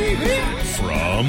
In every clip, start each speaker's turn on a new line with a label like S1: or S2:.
S1: From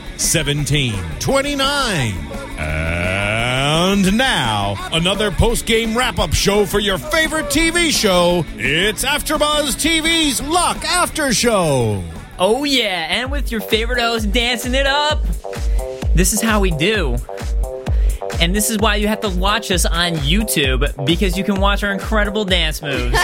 S1: 1729. And now, another post game wrap up show for your favorite TV show. It's AfterBuzz TV's Luck After Show.
S2: Oh yeah, and with your favorite host dancing it up. This is how we do. And this is why you have to watch us on YouTube because you can watch our incredible dance moves.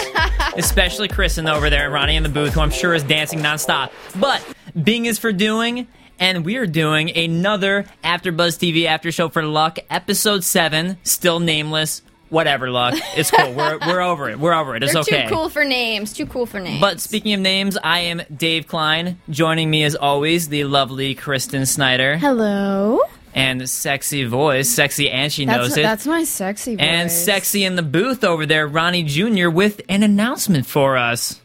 S2: Especially Kristen over there and Ronnie in the booth, who I'm sure is dancing nonstop. But Bing is for doing, and we are doing another After Buzz TV After Show for Luck, episode seven, still nameless. Whatever, Luck. It's cool. We're, we're over it. We're over it. It's
S3: They're
S2: okay.
S3: too cool for names. Too cool for names.
S2: But speaking of names, I am Dave Klein. Joining me as always, the lovely Kristen Snyder
S4: Hello.
S2: and sexy voice, sexy and she
S4: That's
S2: knows it.
S4: that's my sexy voice.
S2: and sexy in the booth over there, Ronnie Jr. with an announcement for us.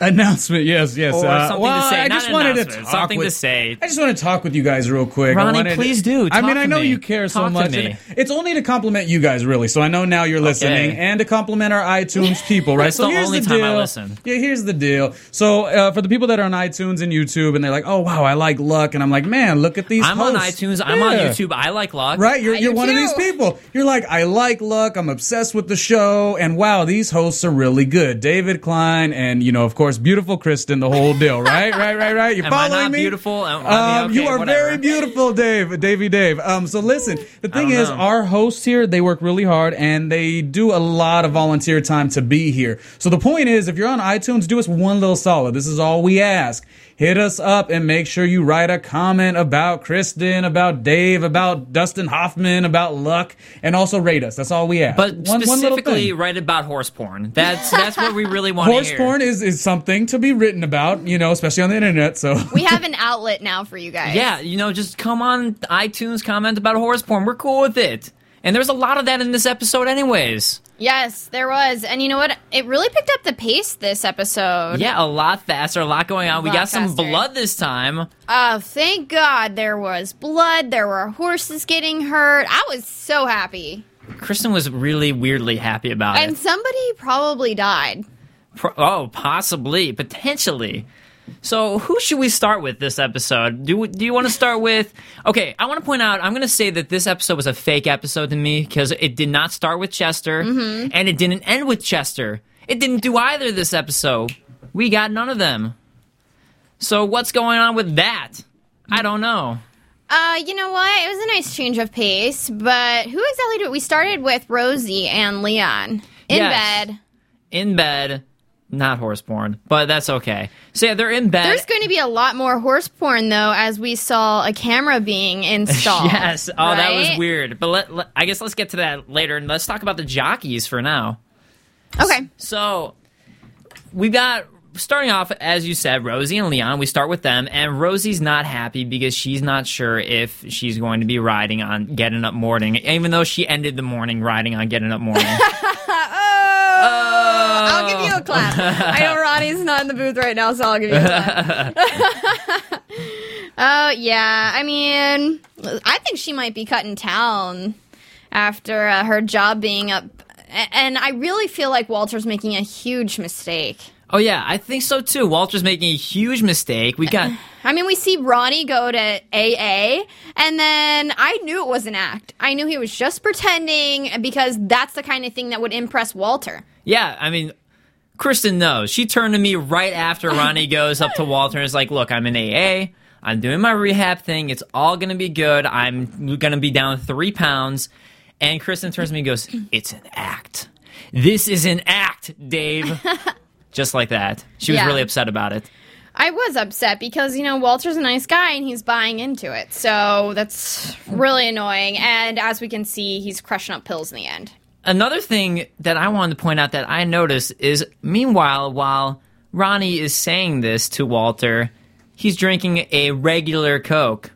S5: Announcement, yes, yes. Uh,
S2: Or something to
S5: well,
S2: say,
S5: I
S2: not
S5: just
S2: an
S5: wanted to
S2: announcement,
S5: talk
S2: something
S5: with,
S2: to say.
S5: I just want to talk with you guys real quick. I
S2: Ronnie,
S5: wanted-
S2: please do.
S5: I
S2: Talk
S5: mean,
S2: to
S5: I know
S2: me.
S5: you care so
S2: Talk to
S5: much.
S2: me.
S5: and It's only to compliment you guys, really. So I know now you're listening, and to compliment our iTunes people, right?
S2: That's
S5: so
S2: the
S5: here's
S2: only
S5: the
S2: time
S5: deal.
S2: I listen.
S5: Yeah, here's the deal. So uh, for the people that are on iTunes and YouTube, and they're like, "Oh wow, I like Luck," and I'm like, "Man, look at these."
S2: I'm on
S5: hosts."
S2: iTunes. I'm on
S5: Yeah.
S2: YouTube. I like Log.
S5: Right, you're, you're
S3: do
S5: one of these
S3: too.
S5: people. You're like, I like luck. I'm obsessed with the show, and wow, these hosts are really good. David Klein, and you know, of course, beautiful Kristen, the whole deal. Right, right, right, right. You're
S2: Am I
S5: following
S2: not
S5: me?
S2: beautiful? I- I mean,
S5: Um, you
S2: okay,
S5: are
S2: whatever.
S5: very beautiful, Dave, Davey, Dave. Um, so listen, the thing is,
S2: know.
S5: our hosts here, they work really hard, and they do a lot of volunteer time to be here. So the point is, if you're on iTunes, do us one little solid. This is all we ask. Hit us up and make sure you write a comment about Kristen, about Dave, about Dustin Hoffman, about Luck, and also rate us. That's all we ask.
S2: But
S5: One- one little
S2: specifically,
S5: thing.
S2: right about horse porn. That's that's what we really want to
S5: horse
S2: hear.
S5: porn is, is something to be written about, you know, especially on the internet. So
S3: we have an outlet now for you guys.
S2: Yeah, you know, just come on iTunes, comment about horse porn. We're cool with it. And there's a lot of that in this episode, anyways.
S3: Yes, there was. And you know what? It really picked up the pace this episode.
S2: Yeah, a lot faster, a lot going on. we
S3: Lot
S2: got some
S3: faster.
S2: blood this time.
S3: Oh, thank God there was blood. There were horses getting hurt. I was so happy.
S2: Kristen was really weirdly happy about
S3: And
S2: it.
S3: somebody probably died.
S2: Pro- oh, possibly, potentially. So, who should we start with this episode? Do do you want to start with? Okay, I want to point out. I'm going to say that this episode was a fake episode to me because it did not start with Chester,
S3: Mm-hmm.
S2: and it didn't end with Chester. It didn't do either this episode. We got none of them. So, what's going on with that? I don't know.
S3: Uh, you know what? It was a nice change of pace, but who exactly did we started with Rosie and Leon in
S2: Yes.
S3: bed.
S2: In bed, not horse porn, but that's okay. So yeah, they're in bed.
S3: There's going to be a lot more horse porn though, as we saw a camera being installed.
S2: Yes. Oh, that was
S3: right?
S2: weird. But let, let- I guess let's get to that later, and let's talk about the jockeys for now.
S3: Okay.
S2: So we got starting off as you said, Rosie and Leon. We start with them, and Rosie's not happy because she's not sure if she's going to be riding on Getting Up Morning, even though she ended the morning riding on Getting Up Morning.
S3: I'll give you a clap. I know Ronnie's not in the booth right now, so I'll give you a clap. oh yeah, I mean, I think she might be cutting town after uh, her job being up, A- and I really feel like Walter's making a huge mistake.
S2: oh yeah, I think so too. Walter's making a huge mistake. We got.
S3: I mean, we see Ronnie go to AA, and then I knew it was an act. I knew he was just pretending because that's the kind of thing that would impress Walter.
S2: Yeah, I mean, Kristen knows. She turned to me right after Ronnie goes up to Walter and is like, "Look, I'm in AA. I'm doing my rehab thing. It's all gonna be good. I'm gonna be down three pounds." And Kristen turns to me and goes, "It's an act." This is an act, Dave. Just like that. She was
S3: Yeah.
S2: really upset about it.
S3: I was upset because, you know, Walter's a nice guy and he's buying into it. So that's really annoying. And as we can see, he's crushing up pills in the end.
S2: Another thing that I wanted to point out that I noticed is meanwhile, while Ronnie is saying this to Walter, he's drinking a regular Coke.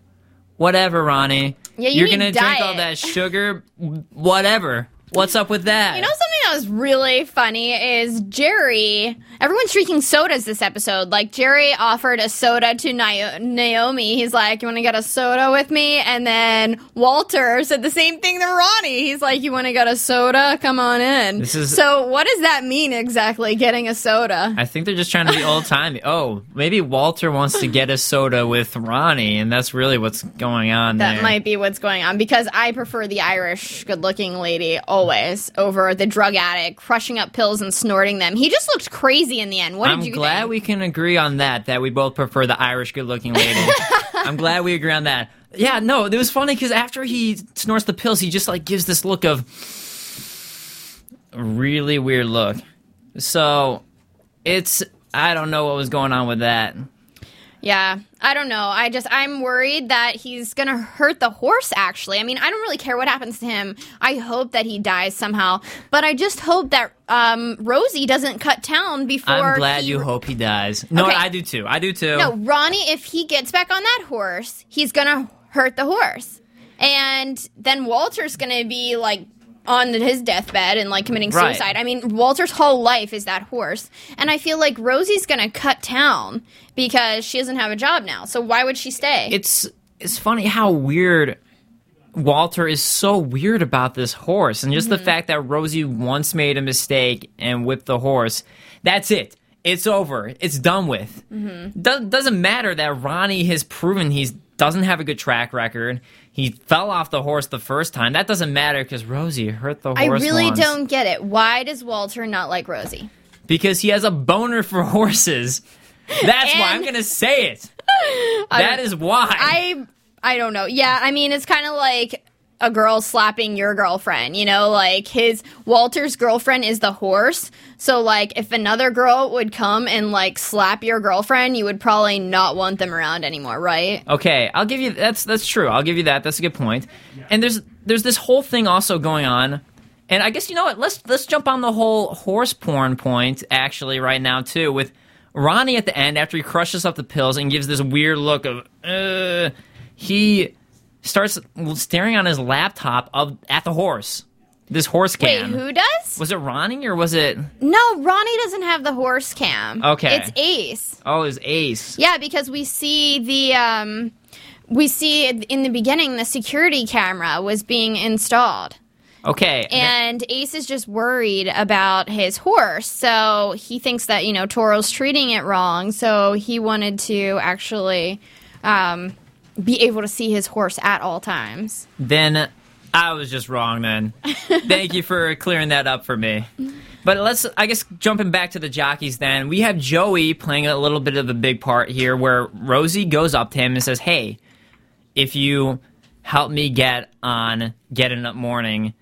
S2: Whatever, Ronnie.
S3: Yeah, you
S2: You're gonna
S3: need
S2: drink all
S3: diet.
S2: that sugar, whatever. What's up with that?
S3: You know, something that was really funny is Jerry. Everyone's drinking sodas this episode. Like, Jerry offered a soda to Nio- Naomi. He's like, You want to get a soda with me? And then Walter said the same thing to Ronnie. He's like, You want to get a soda? Come on in.
S2: This is-
S3: so, what does that mean exactly, getting a soda?
S2: I think they're just trying to be old timey. Oh, maybe Walter wants to get a soda with Ronnie, and that's really what's going on
S3: That
S2: there.
S3: might be what's going on because I prefer the Irish good looking lady always over the drug addict crushing up pills and snorting them. He just looked crazy in the end. What
S2: I'm
S3: did you
S2: glad
S3: think?
S2: we can agree on that. That we both prefer the Irish good-looking lady. I'm glad we agree on that. Yeah, no, it was funny because after he snorts the pills, he just like gives this look of really weird look. So it's I don't know what was going on with that.
S3: Yeah, I don't know. I just I'm worried that he's gonna hurt the horse. Actually, I mean, I don't really care what happens to him. I hope that he dies somehow, but I just hope that um, Rosie doesn't cut town before.
S2: I'm glad
S3: he-
S2: you hope he dies. No,
S3: Okay.
S2: I do too. I do too.
S3: No, Ronnie, if he gets back on that horse, he's gonna hurt the horse, and then Walter's gonna be like on his deathbed and like committing
S2: Right.
S3: suicide. I mean, Walter's whole life is that horse, and I feel like Rosie's gonna cut town because she doesn't have a job now. So why would she stay?
S2: it's it's funny how weird Walter is so weird about this horse and just
S3: Mm-hmm.
S2: the fact that Rosie once made a mistake and whipped the horse. That's it. It's over. It's done with.
S3: Mm-hmm.
S2: Do- doesn't matter that Ronnie has proven he doesn't have a good track record. He fell off the horse the first time. That doesn't matter because Rosie hurt the horse.
S3: I really
S2: once.
S3: don't get it. Why does Walter not like Rosie?
S2: because he has a boner for horses. That's why I'm
S3: And-
S2: gonna say it. That is why.
S3: I I don't know. Yeah, I mean it's kind of like a girl slapping your girlfriend, you know, like his Walter's girlfriend is the horse. So like if another girl would come and like slap your girlfriend, you would probably not want them around anymore, right?
S2: Okay, I'll give you that's that's true. I'll give you that. That's a good point. And there's there's this whole thing also going on. And I guess you know what? Let's let's jump on the whole horse porn point actually right now too with Ronnie at the end after he crushes up the pills and gives this weird look of uh he starts staring on his laptop of at the horse. This horse
S3: Wait,
S2: cam.
S3: who does?
S2: was it Ronnie or was it
S3: No, Ronnie doesn't have the horse cam.
S2: Okay.
S3: It's Ace.
S2: oh it was Ace?
S3: Yeah, because we see the um, we see in the beginning the security camera was being installed,
S2: Okay.
S3: and Ace is just worried about his horse, so he thinks that you know Toro's treating it wrong, so he wanted to actually um, be able to see his horse at all times.
S2: then I was just wrong then. Thank you for clearing that up for me. But let's, I guess, jumping back to the jockeys then. We have Joey playing a little bit of a big part here where Rosie goes up to him and says, Hey, if you help me get on Getting Up Morning,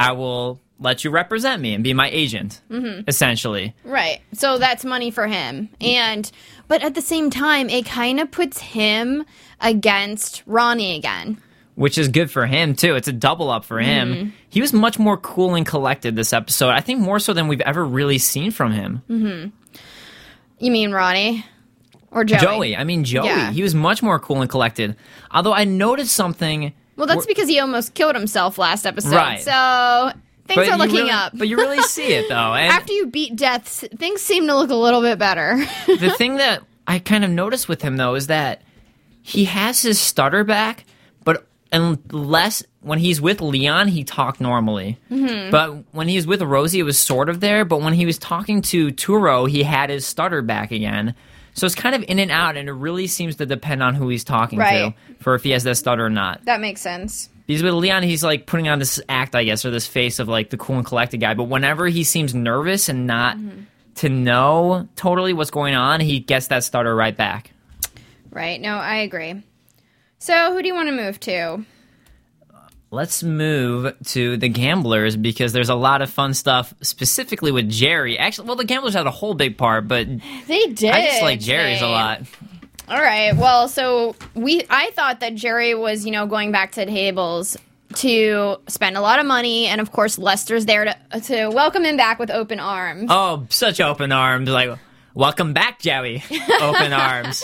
S2: I will let you represent me and be my agent, essentially.
S3: Right. So that's money for him. And but at the same time, it kind of puts him against Ronnie again.
S2: which is good for him too. It's a double up for him. He was much more cool and collected this episode. I think more so than we've ever really seen from him.
S3: You mean Ronnie or
S2: Joey, I mean Joey,
S3: Yeah.
S2: he was much more cool and collected. Although I noticed something.
S3: Well, that's
S2: We're-
S3: because he almost killed himself last episode.
S2: Right.
S3: So
S2: but
S3: things are
S2: you
S3: looking
S2: really-
S3: up.
S2: But you really see it though. And
S3: After you beat death, s- things seem to look a little bit better.
S2: the thing that I kind of noticed with him though is that he has his stutter back, but unless when he's with Leon, he talked normally.
S3: Mm-hmm.
S2: But when he was with Rosie, it was sort of there. But when he was talking to Turo, he had his stutter back again. So it's kind of in and out, and it really seems to depend on who he's talking
S3: Right.
S2: to for if he has that stutter or not.
S3: that makes sense.
S2: Because with Leon, he's like putting on this act, I guess, or this face of like the cool and collected guy. But whenever he seems nervous and not
S3: Mm-hmm.
S2: to know totally what's going on, he gets that starter right back.
S3: Right. No, I agree. So, who do you want to move to?
S2: Let's move to the gamblers because there's a lot of fun stuff specifically with Jerry. Actually, well, the gamblers had a whole big part, but
S3: They did.
S2: I just like Jerry's a
S3: babe.
S2: lot.
S3: All right. Well, so we I thought that Jerry was, you know, going back to tables to spend a lot of money and of course Lester's there to to welcome him back with open arms.
S2: Oh, such open arms! Like, welcome back, Jerry. open arms.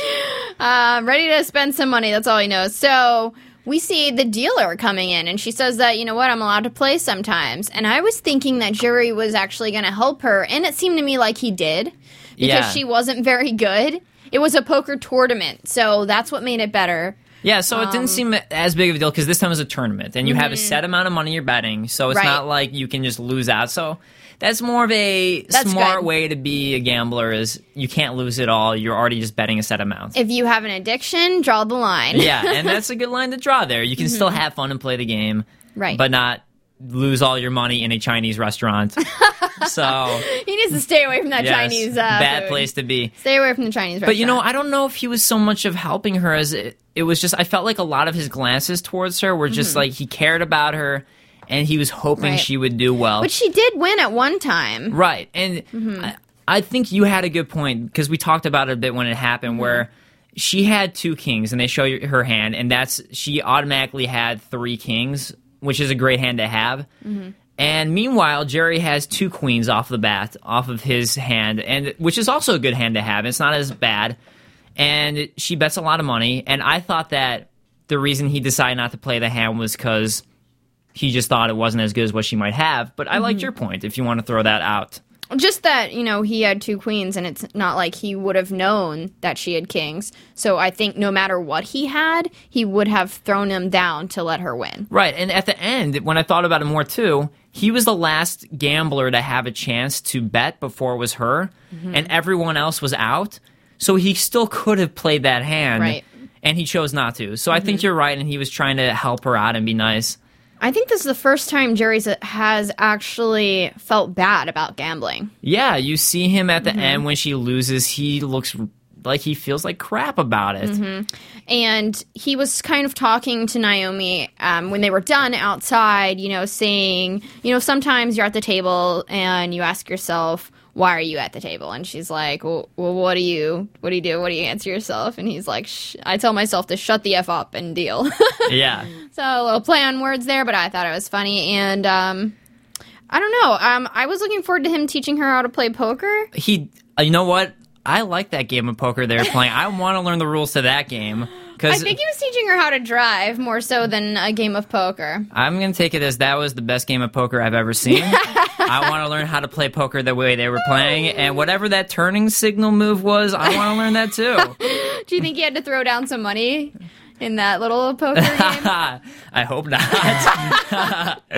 S3: Um, ready to spend some money, that's all he knows. So we see the dealer coming in and she says that, you know what, I'm allowed to play sometimes. And I was thinking that Jerry was actually going to help her and it seemed to me like he did because
S2: Yeah.
S3: she wasn't very good. It was a poker tournament, so that's what made it better.
S2: Yeah, so it
S3: Um,
S2: didn't seem as big of a deal because this time is a tournament, and you have a set amount of money you're betting, so it's
S3: Mm-hmm. Right.
S2: not like you can just lose out. So that's more of a
S3: That's
S2: smart
S3: good.
S2: way to be a gambler is you can't lose it all. You're already just betting a set amount.
S3: If you have an addiction, draw the line.
S2: yeah, and that's a good line to draw there. You can still have fun and play the game,
S3: Mm-hmm. Right.
S2: But not lose all your money in a Chinese restaurant. so
S3: He needs to stay away from that
S2: yes,
S3: Chinese uh,
S2: bad
S3: food.
S2: place to be.
S3: Stay away from the Chinese restaurant.
S2: But you know, I don't know if he was so much of helping her as it, it was just I felt like a lot of his glances towards her were just like he cared about her and he was hoping
S3: Right.
S2: she would do well.
S3: but she did win at one time.
S2: right. And I, I think you had a good point because we talked about it a bit when it happened where she had two kings and they show you her hand and that's she automatically had three kings, which is a great hand to have. And meanwhile, Jerry has two queens off the bat, off of his hand, and which is also a good hand to have. It's not as bad. And she bets a lot of money. And I thought that the reason he decided not to play the hand was because he just thought it wasn't as good as what she might have. But I liked your point if you want to throw that out.
S3: Just that, you know, he had two queens and it's not like he would have known that she had kings. So I think no matter what he had, he would have thrown him down to let her win.
S2: Right. And at the end, when I thought about it more too, he was the last gambler to have a chance to bet before it was her,
S3: Mm-hmm.
S2: and everyone else was out. So he still could have played that hand.
S3: Right. Mm-hmm.
S2: And he chose not to. So I think you're right. And he was trying to help her out and be nice.
S3: I think this is the first time Jerry has actually felt bad about gambling.
S2: Yeah. You see him at the
S3: Mm-hmm.
S2: end when she loses, he looks like he feels like crap about it.
S3: Mm-hmm. and he was kind of talking to Naomi um, when they were done outside, you know, saying, you know, sometimes you're at the table and you ask yourself, why are you at the table? And she's like, well, well what do you, what do you do? What do you answer yourself? And he's like, Sh- I tell myself to shut the F up and deal.
S2: Yeah.
S3: So a little play on words there, but I thought it was funny. And, um, I don't know. Um, I was looking forward to him teaching her how to play poker.
S2: He, uh, you know what? I like that game of poker they were playing. I want to learn the rules to that game.
S3: I
S2: Because
S3: think he was teaching her how to drive more so than a game of poker.
S2: I'm gonna take it as that was the best game of poker I've ever seen. I want to learn how to play poker the way they were playing, and whatever that turning signal move was, I want to learn that too.
S3: Do you think he had to throw down some money in that little poker game?
S2: I hope not.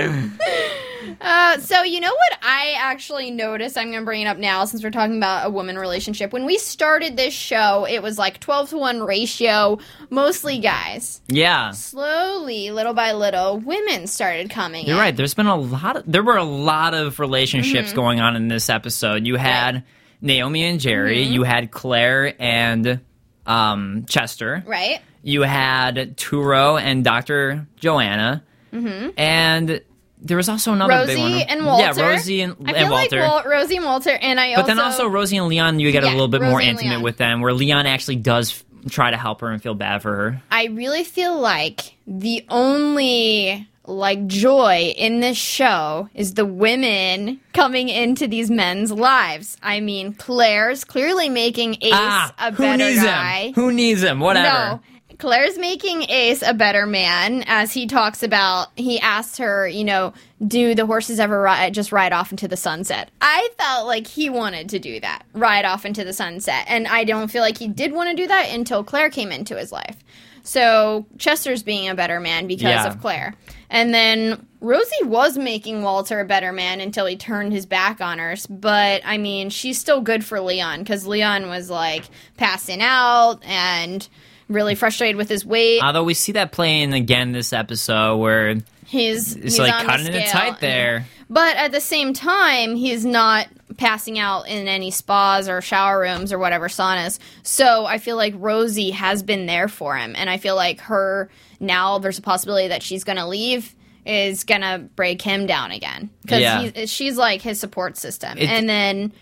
S3: Uh, so you know what I actually noticed? I'm going to bring it up now since we're talking about a woman relationship. When we started this show, it was like 12 to 1 ratio, mostly guys.
S2: yeah,
S3: Slowly, little by little, women started coming.
S2: you're
S3: in.
S2: right. There's been a lot. Of, there were a lot of relationships going on in this episode. You had Naomi and Jerry. You had Claire and um, Chester.
S3: Right?
S2: you had Turo and Dr. Joanna, and there was also another big one.
S3: Mm-hmm. Rosie and Walter.
S2: Yeah, Rosie and,
S3: I feel
S2: and Walter.
S3: Like Wal- Rosie and Walter, and I
S2: but then also Rosie and Leon, you get a
S3: Yeah,
S2: little bit more
S3: Rosie and
S2: intimate
S3: Leon.
S2: with them, where Leon actually does f- try to help her and feel bad for her.
S3: I really feel like the only like joy in this show is the women coming into these men's lives. I mean, Claire's clearly making Ace a
S2: Ah, who
S3: better
S2: needs
S3: guy.
S2: him? Who needs him? Whatever.
S3: No. Claire's making Ace a better man as he talks about he asks her, you know, do the horses ever ride just ride off into the sunset? I felt like he wanted to do that, ride off into the sunset, and I don't feel like he did want to do that until Claire came into his life. So Chester's being a better man because
S2: Yeah.
S3: of Claire. And then Rosie was making Walter a better man until he turned his back on her. But I mean, she's still good for Leon because Leon was like passing out and really frustrated with his weight.
S2: Although we see that playing again this episode, where it's
S3: He's he's
S2: like
S3: on the
S2: cutting it
S3: scale.
S2: tight there.
S3: But at the same time, he's not passing out in any spas or shower rooms or whatever saunas. So I feel like Rosie has been there for him. And I feel like her now there's a possibility that she's going to leave. is gonna break him down again because
S2: Yeah.
S3: she's like his support system.
S2: It-
S3: and then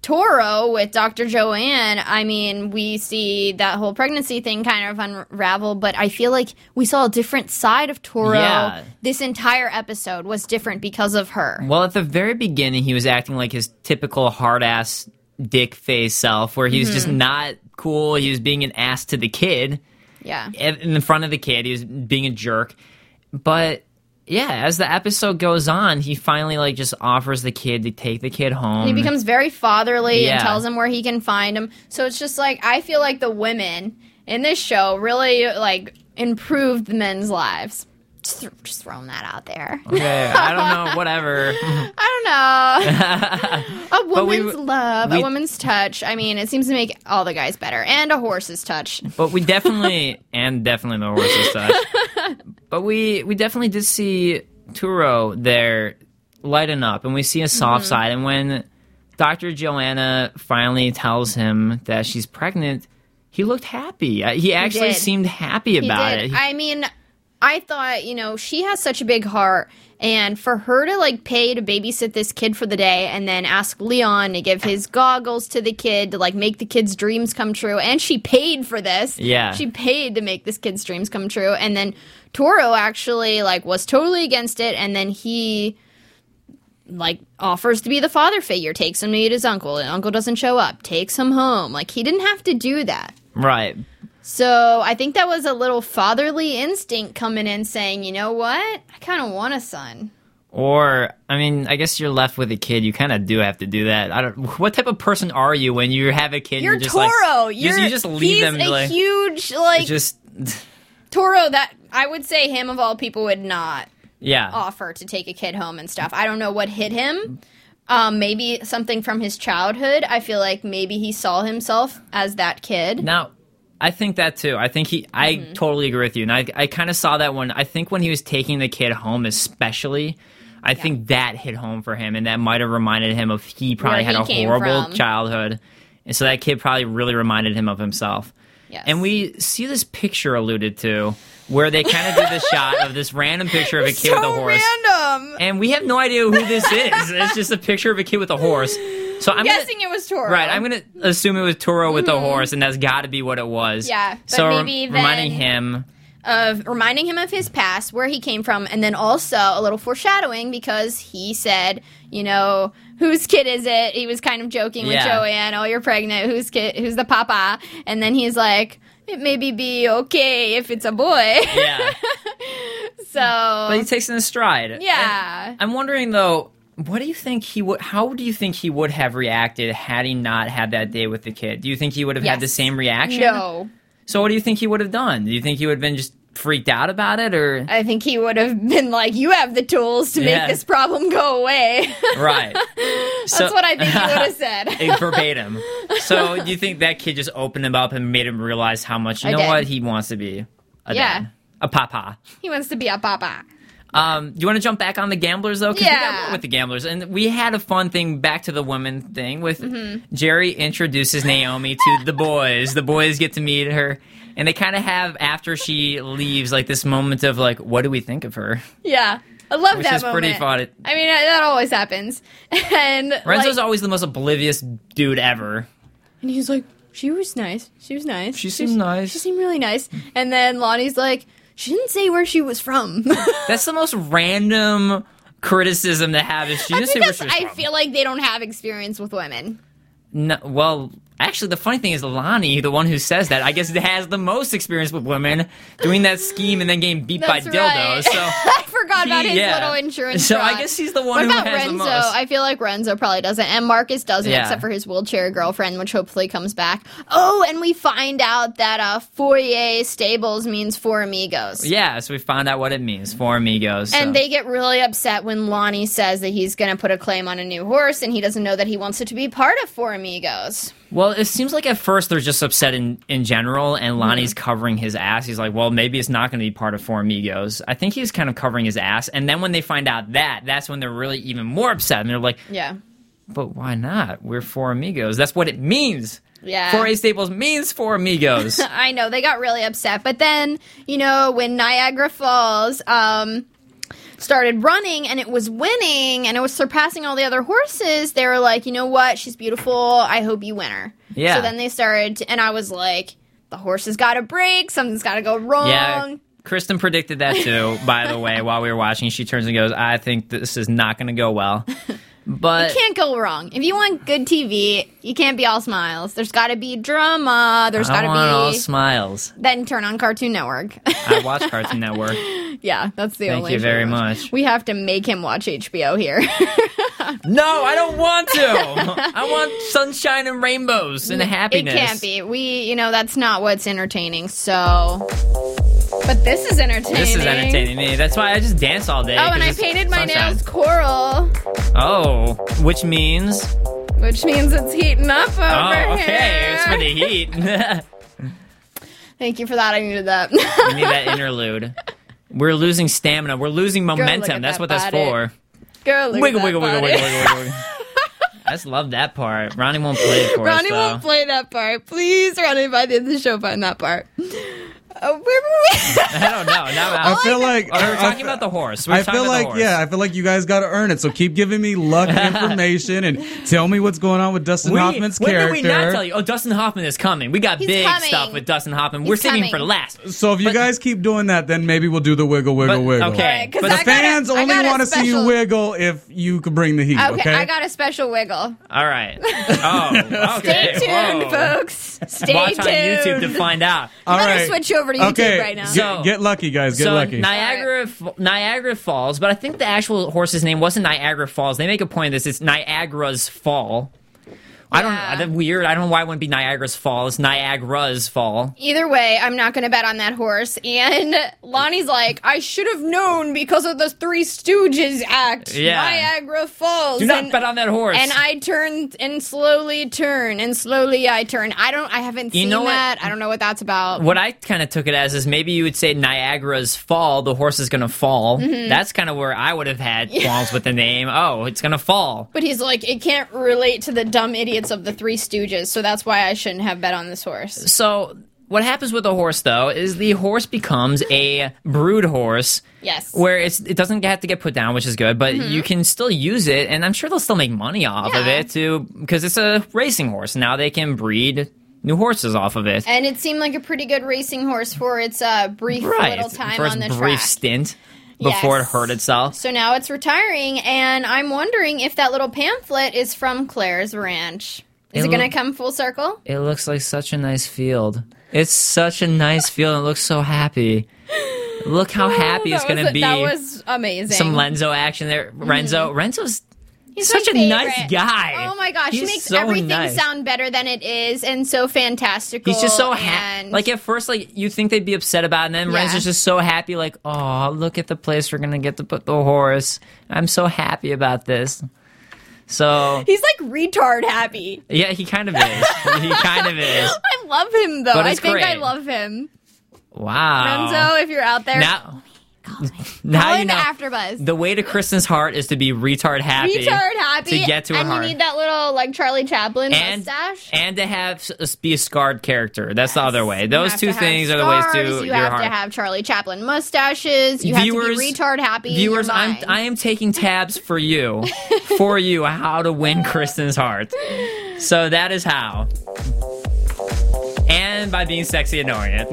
S3: Toro with Dr. Joanne, I mean, we see that whole pregnancy thing kind of unravel, but I feel like we saw a different side of Toro.
S2: Yeah.
S3: This entire episode was different because of her.
S2: Well, at the very beginning, he was acting like his typical hard ass dick face self, where he was
S3: Mm-hmm.
S2: just not cool. He was being an ass to the kid
S3: Yeah.
S2: in in front of the kid. He was being a jerk. But yeah, as the episode goes on, he finally like just offers the kid to take the kid home.
S3: He becomes very fatherly
S2: Yeah.
S3: and tells him where he can find him. So it's just like I feel like the women in this show really like improved the men's lives. Just, th- just throwing that out there.
S2: okay, I don't know, whatever.
S3: I don't know. a
S2: we-
S3: woman's love,
S2: we-
S3: a woman's touch. I mean, it seems to make all the guys better, and a horse's touch.
S2: But we definitely and definitely the horses touch. But we we definitely did see Turo there lighten up, and we see a
S3: Mm-hmm.
S2: soft side. And when Doctor Joanna finally tells him that she's pregnant, he looked happy. Uh, He actually
S3: did.
S2: seemed happy
S3: He
S2: about
S3: did.
S2: it. He-
S3: I mean, I thought, you know, she has such a big heart. And for her to like pay to babysit this kid for the day and then ask Leon to give his goggles to the kid to like make the kid's dreams come true. And she paid for this.
S2: Yeah.
S3: She paid to make this kid's dreams come true. And then Toro actually like was totally against it. And then he like offers to be the father figure, takes him to meet his uncle. And uncle doesn't show up, takes him home. Like he didn't have to do that.
S2: right.
S3: So I think that was a little fatherly instinct coming in saying, you know what? I kind of want a son.
S2: Or I mean, I guess you're left with a kid. You kind of do have to do that. I don't. What type of person are you when you have a kid? and
S3: You're,
S2: just like-
S3: Toro.
S2: you just-
S3: you're
S2: you just leave
S3: he's
S2: them
S3: a
S2: like
S3: huge like
S2: just
S3: Toro that I would say him of all people would not
S2: yeah.
S3: offer to take a kid home and stuff. I don't know what hit him. Um, maybe something from his childhood. I feel like maybe he saw himself as that kid.
S2: Now, I think that too. I think he. I
S3: Mm-hmm.
S2: totally agree with you, and I I kind of saw that when I think when he was taking the kid home, especially. I think that hit home for him, and that might have reminded him of he probably
S3: Where
S2: had
S3: he
S2: a
S3: came
S2: horrible
S3: from.
S2: childhood, and so that kid probably really reminded him of himself.
S3: Yes.
S2: And we see this picture alluded to, where they kind of do the shot of this random picture of a kid with a horse,
S3: random.
S2: and we have no idea who this is. it's just a picture of a kid with a horse. So I'm gonna-
S3: Guessing it was Toro. Mm-hmm.
S2: Right, I'm gonna assume it was Toro with the horse, and that's got to be what it was.
S3: Yeah, but
S2: so rem-
S3: maybe
S2: reminding
S3: then-
S2: him.
S3: of reminding him of his past, where he came from, and then also a little foreshadowing because he said, you know, whose kid is it? He was kind of joking with
S2: Yeah.
S3: Joanne, oh, you're pregnant. Who's kid? Who's the papa? And then he's like, it maybe be okay if it's a boy.
S2: Yeah, but
S3: so
S2: he takes it in stride.
S3: yeah,
S2: I'm wondering though, what do you think he would? How do you think he would have reacted had he not had that day with the kid? Do you think he would have had the
S3: Yes.
S2: same reaction?
S3: no,
S2: So what do you think he would have done? Do you think he would have been just freaked out about it, or
S3: I think he would have been like, you have the tools to
S2: Yeah.
S3: make this problem go away.
S2: right?
S3: That's what I think he would have said.
S2: Eh, verbatim. So do you think that kid just opened him up and made him realize how much you
S3: I
S2: know
S3: did.
S2: what he wants to be? A
S3: Yeah.
S2: dad, a papa.
S3: he wants to be a papa.
S2: Um, do you want to jump back on the gamblers though? 'Cause we got
S3: Yeah.
S2: more with the gamblers, and we had a fun thing back to the women thing with
S3: Mm-hmm.
S2: Jerry introduces Naomi to the boys. The boys get to meet her, and they kind of have after she leaves like this moment of like, what do we think of her?
S3: Yeah. I love
S2: Which
S3: that
S2: is pretty
S3: moment.
S2: funny.
S3: I mean, I- that always happens. And
S2: Renzo's
S3: like,
S2: always the most oblivious dude ever.
S3: and he's like, she was nice. She was nice.
S2: She seemed nice."
S3: She seemed really nice. And then Lonnie's like, she didn't say where she was from.
S2: That's the most random criticism to have. Is she just say where
S3: because
S2: she was
S3: I
S2: from.
S3: feel like they don't have experience with women.
S2: No, well, actually, the funny thing is Lonnie, the one who says that, I guess has the most experience with women doing that scheme and then getting beat by
S3: That's
S2: dildos.
S3: right. I forgot about his
S2: yeah.
S3: little insurance.
S2: So I
S3: fraud.
S2: guess he's the one
S3: What
S2: who
S3: about
S2: has the
S3: Renzo?
S2: most.
S3: I feel like Renzo probably doesn't, and Marcus doesn't,
S2: Yeah.
S3: except for his wheelchair girlfriend, which hopefully comes back. Oh, and we find out that uh, Fourier Stables means four amigos.
S2: So, yeah, so we found out what it means. Four amigos. so-
S3: And they get really upset when Lonnie says that he's going to put a claim on a new horse and he doesn't know that he wants it to be part of Four Amigos.
S2: Well, it seems like at first they're just upset in, in general,
S3: Mm-hmm.
S2: and Lonnie's covering his ass. He's like, well, maybe it's not going to be part of Four Amigos. I think he's kind of covering his ass. And then when they find out that, that's when they're really even more upset. And they're like,
S3: Yeah.
S2: but why not? We're Four Amigos. That's what it means.
S3: Yeah.
S2: Four A Staples means Four Amigos.
S3: I know, they got really upset. But then, you know, when Niagara Falls, um, started running and it was winning and it was surpassing all the other horses, they were like, you know what? She's beautiful. I hope you win her.
S2: Yeah.
S3: So then they started, and I was like, the horse has got to break. Something's got to go wrong.
S2: Yeah. Kristen predicted that too, by the way, while we were watching. She turns and goes, I think this is not going to go well. But
S3: can't go wrong. If you want good TV, you can't be all smiles. There's got to be drama. There's got
S2: I
S3: to
S2: want all
S3: be.
S2: smiles.
S3: then turn on Cartoon Network.
S2: I watch Cartoon Network.
S3: yeah, that's the
S2: Thank
S3: only.
S2: you very
S3: thing.
S2: much.
S3: We have to make him watch HBO here.
S2: No, I don't want to. I want sunshine and rainbows and
S3: it
S2: happiness.
S3: can't be. We, you know, that's not what's entertaining. So, but this is entertaining.
S2: This is entertaining me. That's why I just dance all day.
S3: Oh,
S2: 'cause
S3: and I
S2: it's
S3: painted my
S2: sunshine.
S3: nails coral,
S2: Oh, which means
S3: which means it's heating up over
S2: oh, okay,
S3: here.
S2: it's for the heat. we
S3: Thank you for that. I needed that.
S2: need that interlude. We're losing stamina. We're losing
S3: at
S2: momentum. That's
S3: that
S2: what that's
S3: body.
S2: for.
S3: Girl, look at
S2: Wiggle,
S3: that
S2: wiggle, wiggle,
S3: body.
S2: wiggle, wiggle, wiggle. I just love that part. Ronnie won't play it for us
S3: Ronnie won't
S2: though.
S3: play that part. Please, Ronnie, by the end of the show, find that part. Oh, where were
S2: I don't know. Now,
S5: I feel like
S2: oh, we
S5: I-
S2: we're
S5: I
S2: talking
S5: fe-
S2: about the horse. We We're
S5: I
S2: talking
S5: feel
S2: about the
S5: like
S2: horse.
S5: yeah, I feel like you guys got to earn it. So keep giving me lucky information and tell me what's going on with Dustin
S2: We-
S5: Hoffman's
S2: when
S5: character.
S2: did we not tell you? Oh, Dustin Hoffman is coming. We got
S3: He's
S2: big
S3: coming.
S2: stuff with Dustin Hoffman. We're
S3: He's
S2: saving him for
S3: coming.
S2: last.
S5: So if you guys keep doing that, then maybe we'll do the wiggle, wiggle,
S2: But-
S5: wiggle.
S2: okay.
S3: we? 'Cause
S2: But
S3: I
S2: the
S3: got a-
S5: Fans
S3: I
S5: only
S3: got a
S5: want to see you
S3: special-
S5: wiggle if you could bring the heat. Okay,
S3: Okay, I got a special wiggle.
S2: All right. Oh, okay.
S3: Stay tuned,
S2: Whoa.
S3: folks. Stay
S2: Watch
S3: tuned.
S2: on YouTube to find out.
S5: All
S3: better
S5: right.
S3: switch over to YouTube
S5: okay.
S3: right now.
S5: Get,
S2: So-
S5: get lucky, guys. Get
S2: so
S5: lucky.
S2: Niagara F- Niagara Falls, but I think the actual horse's name wasn't Niagara Falls. They make a point of this. It's Niagara's Fall. I don't.
S3: Yeah.
S2: That's weird. I don't know why it wouldn't be Niagara's Fall. It's Niagara's Fall.
S3: Either way, I'm not going to bet on that horse. And Lonnie's like, I should have known because of the Three Stooges act.
S2: Yeah.
S3: Niagara Falls.
S2: Do not
S3: and,
S2: bet on that horse.
S3: And I turned and slowly turn and slowly I turn. I don't. I haven't
S2: You
S3: seen
S2: know what-
S3: that. I don't know what that's about.
S2: What I kind of took it as is maybe you would say Niagara's fall, the horse is going to fall.
S3: Mm-hmm.
S2: That's kind of where I would have had qualms with the name. Oh, it's going to fall.
S3: But he's like, it can't relate to the dumb idiots of the Three Stooges, so that's why I shouldn't have bet on this horse.
S2: So, what happens with a horse though is the horse becomes a brood horse.
S3: Yes.
S2: Where it's it doesn't have to get put down, which is good, but you can still use it, and I'm sure they'll still make money off of
S3: Mm-hmm. Yeah.
S2: it too, because it's a racing horse. Now they can breed new horses off of it.
S3: And it seemed like a pretty good racing horse for its uh, brief
S2: right,
S3: little time
S2: first
S3: on the
S2: brief
S3: track.
S2: stint before
S3: Yes.
S2: it hurt itself.
S3: so now it's retiring, and I'm wondering if that little pamphlet is from Claire's Ranch. Is
S2: It
S3: it, going
S2: look-
S3: to come full circle?
S2: It looks like such a nice field. It's such a nice field. It looks so happy. Look how happy it's
S3: Oh, That was-
S2: going to be.
S3: That was amazing.
S2: Some Lenzo action there. Renzo. Renzo's
S3: He's
S2: such
S3: my
S2: a nice
S3: favorite.
S2: guy.
S3: Oh my gosh, he
S2: He's
S3: makes
S2: so
S3: everything
S2: nice.
S3: sound better than it is, and so fantastical.
S2: He's just so happy.
S3: happy.
S2: Like at first, like you think they'd be upset about, it, and then
S3: Yeah.
S2: Renzo's just so happy. Like, oh, look at the place we're gonna get to put the horse. I'm so happy about this. So
S3: he's like retard happy.
S2: yeah, he kind of is. he kind of is.
S3: I love him though.
S2: But
S3: I
S2: it's
S3: think I
S2: great.
S3: love him.
S2: Wow.
S3: Renzo, Oh if you're out there,
S2: Now, now
S3: call
S2: you
S3: in
S2: know.
S3: AfterBuzz.
S2: The way to Kristen's heart is to be retard happy.
S3: Retard happy.
S2: To get to her
S3: and
S2: heart.
S3: you need that little like Charlie Chaplin
S2: and,
S3: mustache.
S2: and to have s- s- be a scarred character. That's the other way.
S3: You
S2: Those
S3: have
S2: two
S3: to have
S2: things are the ways to
S3: scars, You
S2: your
S3: have
S2: heart.
S3: to have Charlie Chaplin mustaches. You have to be retard happy. in your
S2: Viewers, I'm
S3: mind.
S2: I am taking tabs for you, for you, how to win Kristen's heart. So that is how, and by being sexy and knowing it.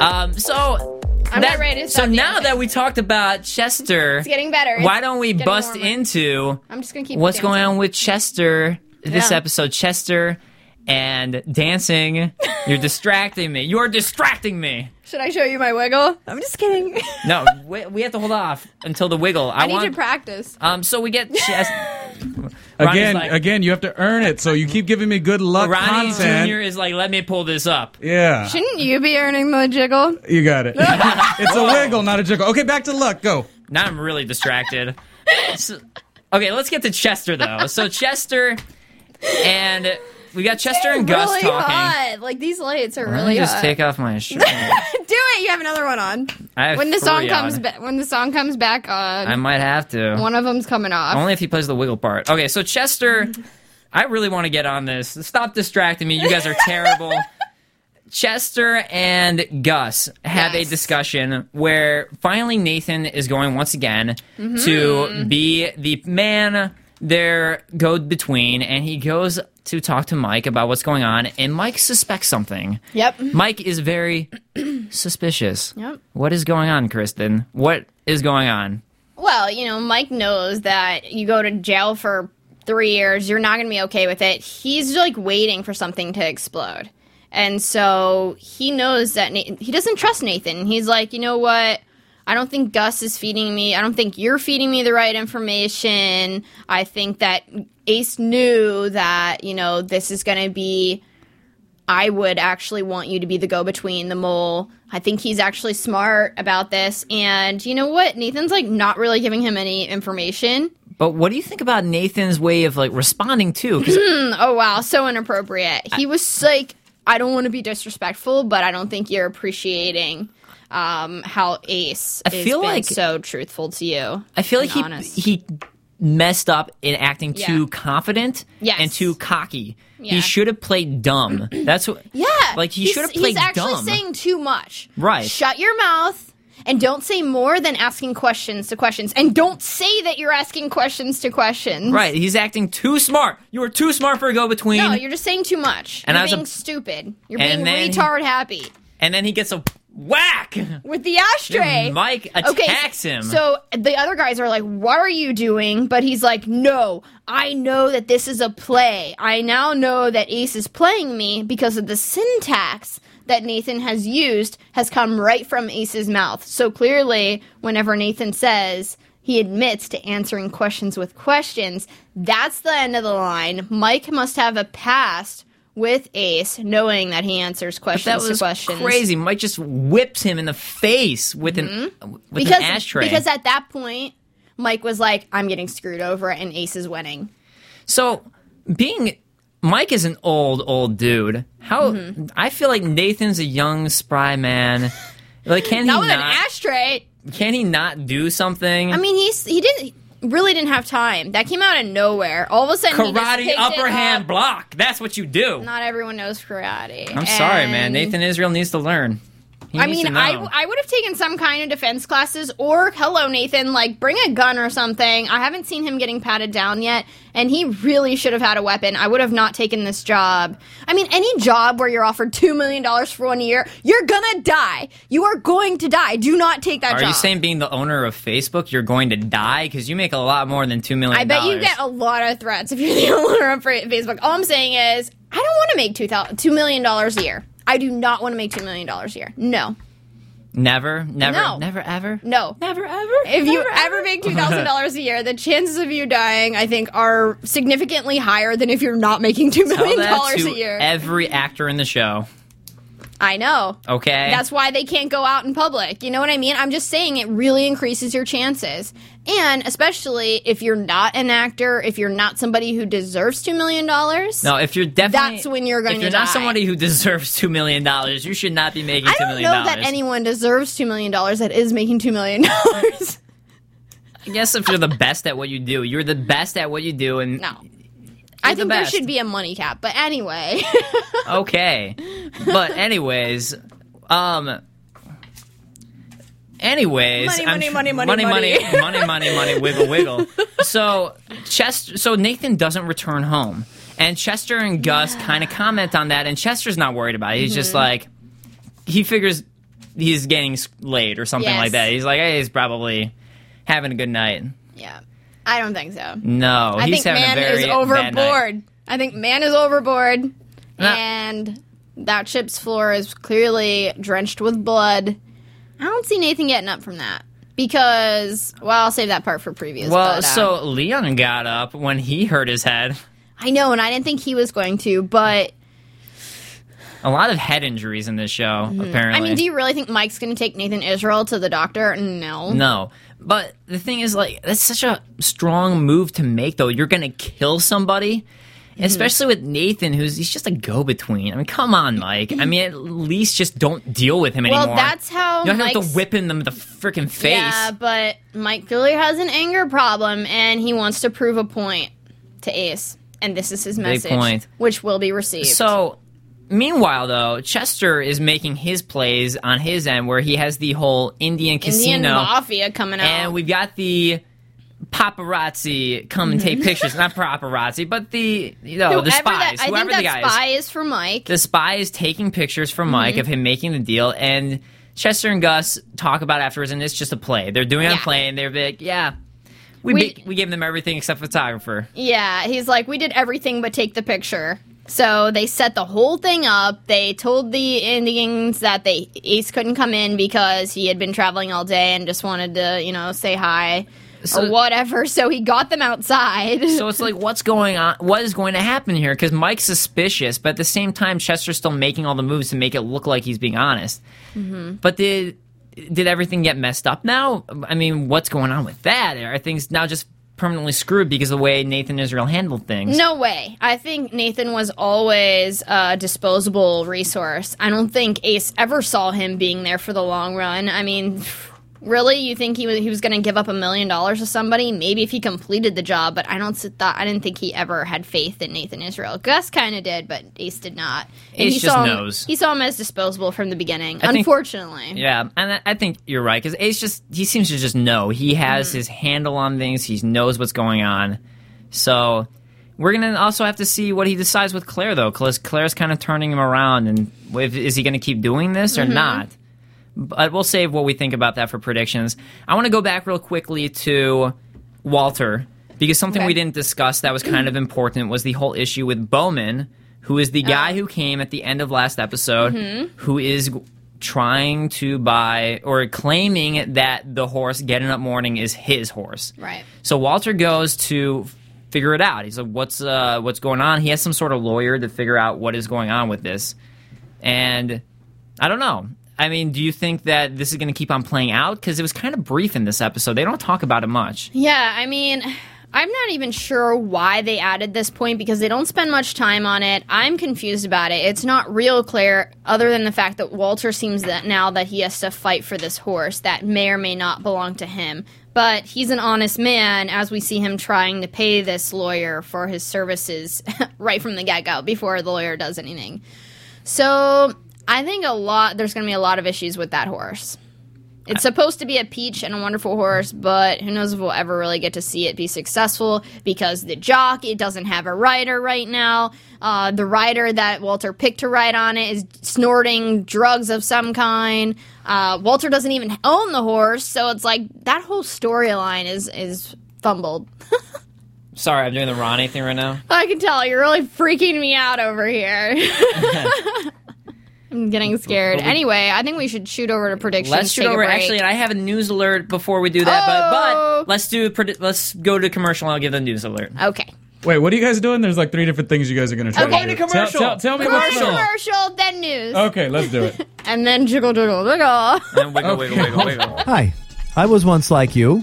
S2: Um. So.
S3: I'm
S2: that-
S3: not ready to
S2: so
S3: stop
S2: now
S3: dancing.
S2: that we talked about Chester,
S3: It's getting better.
S2: why
S3: It's
S2: don't we
S3: getting
S2: bust
S3: warmer.
S2: into
S3: I'm just gonna keep.
S2: what's
S3: dancing.
S2: going on with Chester this
S3: Yeah.
S2: episode? Chester and dancing. You're distracting me. You're distracting me.
S3: Should I show you my wiggle? I'm just kidding.
S2: No, we, we have to hold off until the wiggle. I,
S3: I need
S2: want,
S3: to practice.
S2: Um, so we get Chest- Ronnie's
S5: again,
S2: like-
S5: again, you have to earn it. So you keep giving me good luck
S2: Ronnie
S5: content.
S2: Jr. is like, let me pull this up.
S5: Yeah,
S3: Shouldn't you be earning the jiggle?
S5: you got it. it's a wiggle, not a jiggle. Okay, back to luck. Go.
S2: Now I'm really distracted. So- okay, let's get to Chester though. So Chester and we got Chester and Gus
S3: really
S2: talking.
S3: hot. Like these lights are
S2: Let
S3: really
S2: me just
S3: hot.
S2: take off my shirt.
S3: Do it. You have another one on.
S2: I have
S3: When the song
S2: three
S3: comes
S2: on.
S3: back, when the song comes back on,
S2: I might have to.
S3: one of them's coming off.
S2: Only if he plays the wiggle part. Okay, so Chester, I really want to get on this. Stop distracting me. You guys are terrible. Chester and Gus have
S3: Yes.
S2: a discussion where finally Nathan is going once again
S3: Mm-hmm.
S2: to be the man their go between, and he goes to talk to Mike about what's going on, and Mike suspects something.
S3: Yep.
S2: Mike is very suspicious.
S3: Yep.
S2: What is going on, Kristen? What is going on?
S3: Well, you know, Mike knows that you go to jail for three years, you're not going to be okay with it. He's like waiting for something to explode. And so he knows that Na- he doesn't trust Nathan. He's like, you know what? I don't think Gus is feeding me. I don't think you're feeding me the right information. I think that Ace knew that, you know, this is going to be I would actually want you to be the go between, the mole. I think he's actually smart about this. And you know what? Nathan's like not really giving him any information.
S2: But what do you think about Nathan's way of like responding to? 'Cause
S3: Oh, wow. So inappropriate. He was like, I don't want to be disrespectful, but I don't think you're appreciating um, how Ace
S2: I
S3: is
S2: feel
S3: being
S2: like-
S3: so truthful to you.
S2: I feel like
S3: and
S2: he
S3: honest.
S2: he messed up in acting
S3: Yeah.
S2: too confident
S3: Yes.
S2: and too cocky.
S3: Yeah.
S2: He should have played dumb. That's what.
S3: Yeah.
S2: Like he
S3: he's-
S2: should have played
S3: He's actually
S2: dumb.
S3: saying too much.
S2: Right.
S3: Shut your mouth and don't say more than asking questions to questions. And don't say that you're asking questions to questions.
S2: right. He's acting too smart. You were too smart for a go between.
S3: No, you're just saying too much.
S2: And
S3: you're
S2: I was a-
S3: being stupid. You're
S2: And then-
S3: being retard happy
S2: and then he gets a whack.
S3: with the ashtray.
S2: Mike
S3: okay,
S2: attacks him.
S3: So the other guys are like, "What are you doing?" But he's like, "No, I know that this is a play. I now know that Ace is playing me because of the syntax." That Nathan has used has come right from Ace's mouth. So clearly, whenever Nathan says he admits to answering questions with questions, that's the end of the line. Mike must have a past with Ace, knowing that he answers questions
S2: that
S3: to
S2: was
S3: questions
S2: crazy. Mike just whips him in the face with an with
S3: Mm-hmm. because
S2: an ashtray.
S3: because at that point Mike was like, "I'm getting screwed over," and Ace is winning.
S2: So being Mike is an old old dude. How I feel like Nathan's a young spry man. Like can he
S3: Not
S2: not
S3: with an ashtray.
S2: can he not do something?
S3: I mean, he's he didn't really didn't have time. That came out of nowhere. All of a sudden, he just
S2: karate
S3: picked
S2: upper
S3: it
S2: hand
S3: up.
S2: block. That's what you do.
S3: Not everyone knows karate.
S2: I'm sorry, man.
S3: And-
S2: Nathan Israel needs to learn. He
S3: I
S2: needs to
S3: mean, I,
S2: know.
S3: I would have taken some kind of defense classes or hello, Nathan, like bring a gun or something. I haven't seen him getting patted down yet, and he really should have had a weapon. I would have not taken this job. I mean, any job where you're offered $2 million for one year, you're gonna die. You are going to die. Do not take that
S2: Are
S3: job.
S2: you saying being the owner of Facebook, you're going to die because you make a lot more than two million?
S3: I bet you get a lot of threats if you're the owner of Fa- Facebook. All I'm saying is, I don't want to make two thou- $2 million a year. I do not want to make $2 million a year. No.
S2: never, never,
S3: No.
S2: never, ever,
S3: No.
S2: never, ever.
S3: If you
S2: never,
S3: ever make two thousand dollars a year, the chances of you dying, I think, are significantly higher than if you're not making two
S2: Tell
S3: million
S2: that
S3: dollars
S2: to
S3: a year.
S2: every actor in the show.
S3: I know.
S2: Okay,
S3: That's why they can't go out in public. You know what I mean? I'm just saying it really increases your chances. And especially if you're not an actor, if you're not somebody who deserves $2 million.
S2: No, if you're definitely
S3: That's when you're gonna
S2: If you're not
S3: die.
S2: somebody who deserves two million dollars, you should not be making
S3: I
S2: two
S3: don't
S2: million
S3: know
S2: dollars.
S3: that anyone deserves $2 million that is making $2 million.
S2: I guess if you're the best at what you do, you're the best at what you do, and
S3: no. I
S2: the
S3: think there
S2: best.
S3: should be a money cap. But anyway.
S2: okay. But anyways, um. Anyways, I'm
S3: Money, money,
S2: tr-
S3: money, money,
S2: money,
S3: money.
S2: money, money, money, wiggle, wiggle. So Chester, so Nathan doesn't return home, and Chester and Gus kind of comment on that, and Chester's not worried about it. He's just
S3: Mm-hmm.
S2: like, he figures he's getting s- laid or something
S3: Yes.
S2: like that. He's like, hey, he's probably having a good night.
S3: yeah. I don't think so.
S2: No,
S3: I
S2: he's
S3: think
S2: having
S3: man
S2: a very
S3: is
S2: bad night. Uh.
S3: overboard. I think man is overboard,
S2: Nah.
S3: and that ship's floor is clearly drenched with blood. I don't see Nathan getting up from that because well, I'll save that part for previews.
S2: Well,
S3: but, uh,
S2: so Leon got up when he hurt his head.
S3: I know, and I didn't think he was going to, but
S2: A lot of head injuries in this show, apparently.
S3: Mm. I mean, do you really think Mike's going to take Nathan Israel to the doctor? No,
S2: no. But the thing is, like, that's such a strong move to make, though. You're going to kill somebody,
S3: Mm-hmm.
S2: especially with Nathan, who's he's just a go between. I mean, come on, Mike. I mean, at least just don't deal with him
S3: Well,
S2: anymore.
S3: that's how
S2: You don't have to
S3: Mike's-
S2: whip him in the freaking face.
S3: Yeah, but Mike clearly has an anger problem, and he wants to prove a point to Ace, and this is his message,
S2: point.
S3: which will be received.
S2: So Meanwhile, though, Chester is making his plays on his end where he has the whole Indian casino.
S3: Indian mafia coming out.
S2: and we've got the paparazzi come and take pictures. Not paparazzi, but the you know the spies,
S3: Mm-hmm. that, I
S2: whoever
S3: think
S2: the guy
S3: that spy Mm-hmm.
S2: is.
S3: is for Mike.
S2: The spy is taking pictures from Mike of him making the deal, and Chester and Gus talk about it afterwards, and it's just a play. They're doing a
S3: Yeah.
S2: play, and they're like, yeah. We,
S3: We-
S2: bi- we gave them everything except photographer.
S3: Yeah, he's like, we did everything but take the picture. So they set the whole thing up. They told the Indians that they Ace couldn't come in because he had been traveling all day and just wanted to, you know, say hi
S2: So-
S3: or whatever. So he got them outside.
S2: So it's like, what's going on? What is going to happen here? Because Mike's suspicious, but at the same time, Chester's still making all the moves to make it look like he's being honest. But did did everything get messed up now? I mean, what's going on with that? Are things now just permanently screwed because of the way Nathan Israel handled things?
S3: No way. I think Nathan was always a disposable resource. I don't think Ace ever saw him being there for the long run. I mean, really, you think he was he was going to give up a million dollars to somebody? Maybe if he completed the job, but I don't s- thought I didn't think he ever had faith in Nathan Israel. Gus kind of did, but Ace did not. And
S2: Ace
S3: he
S2: just
S3: saw him-
S2: knows.
S3: He saw him as disposable from the beginning.
S2: think-
S3: unfortunately,
S2: Yeah, and I- I think you're right because Ace just—he seems to just know. He has his handle on things. He knows what's going on. So we're gonna also have to see what he decides with Claire, though, because Claire's kind of turning him around. And if, is he going to keep doing this or not? But we'll save what we think about that for predictions. I want to go back real quickly to Walter because something
S3: Okay.
S2: we didn't discuss that was kind of important was the whole issue with Bowman, who is the guy who came at the end of last episode, who is g- trying to buy or claiming that the horse Getting Up Morning is his horse.
S3: right.
S2: So Walter goes to f- figure it out. He's like, "What's uh, what's going on?" He has some sort of lawyer to figure out what is going on with this, and I don't know. I mean, do you think that this is going to keep on playing out? Because it was kind of brief in this episode. They don't talk about it much.
S3: Yeah, I mean, I'm not even sure why they added this point because they don't spend much time on it. I'm confused about it. It's not real clear, other than the fact that Walter seems that now that he has to fight for this horse that may or may not belong to him. But he's an honest man, as we see him trying to pay this lawyer for his services right from the get go before the lawyer does anything. So I think a lot, there's going to be a lot of issues with that horse. It's supposed to be a peach and a wonderful horse, but who knows if we'll ever really get to see it be successful because the jock it doesn't have a rider right now. Uh, the rider that Walter picked to ride on it is snorting drugs of some kind. Uh, Walter doesn't even own the horse, so it's like that whole storyline is is fumbled.
S2: Sorry, I'm doing the Ronnie thing right now.
S3: I can tell you're really freaking me out over here. I'm getting scared. Anyway, I think we should shoot over to predictions.
S2: Let's shoot
S3: take a
S2: over.
S3: break.
S2: Actually, and I have a news alert before we do that.
S3: Oh!
S2: But but let's do predi- let's go to commercial. and I'll give the news alert.
S3: okay.
S5: Wait, what are you guys doing? There's like three different things you guys are gonna try.
S3: Okay.
S5: to do.
S2: Going to commercial.
S5: Tell, tell, tell me
S3: Commercial,
S5: what's going
S3: commercial, then news,
S5: on. Okay, let's do it.
S3: and then jiggle, jiggle, jiggle.
S2: And wiggle, wiggle, wiggle, wiggle.
S6: Hi, I was once like you,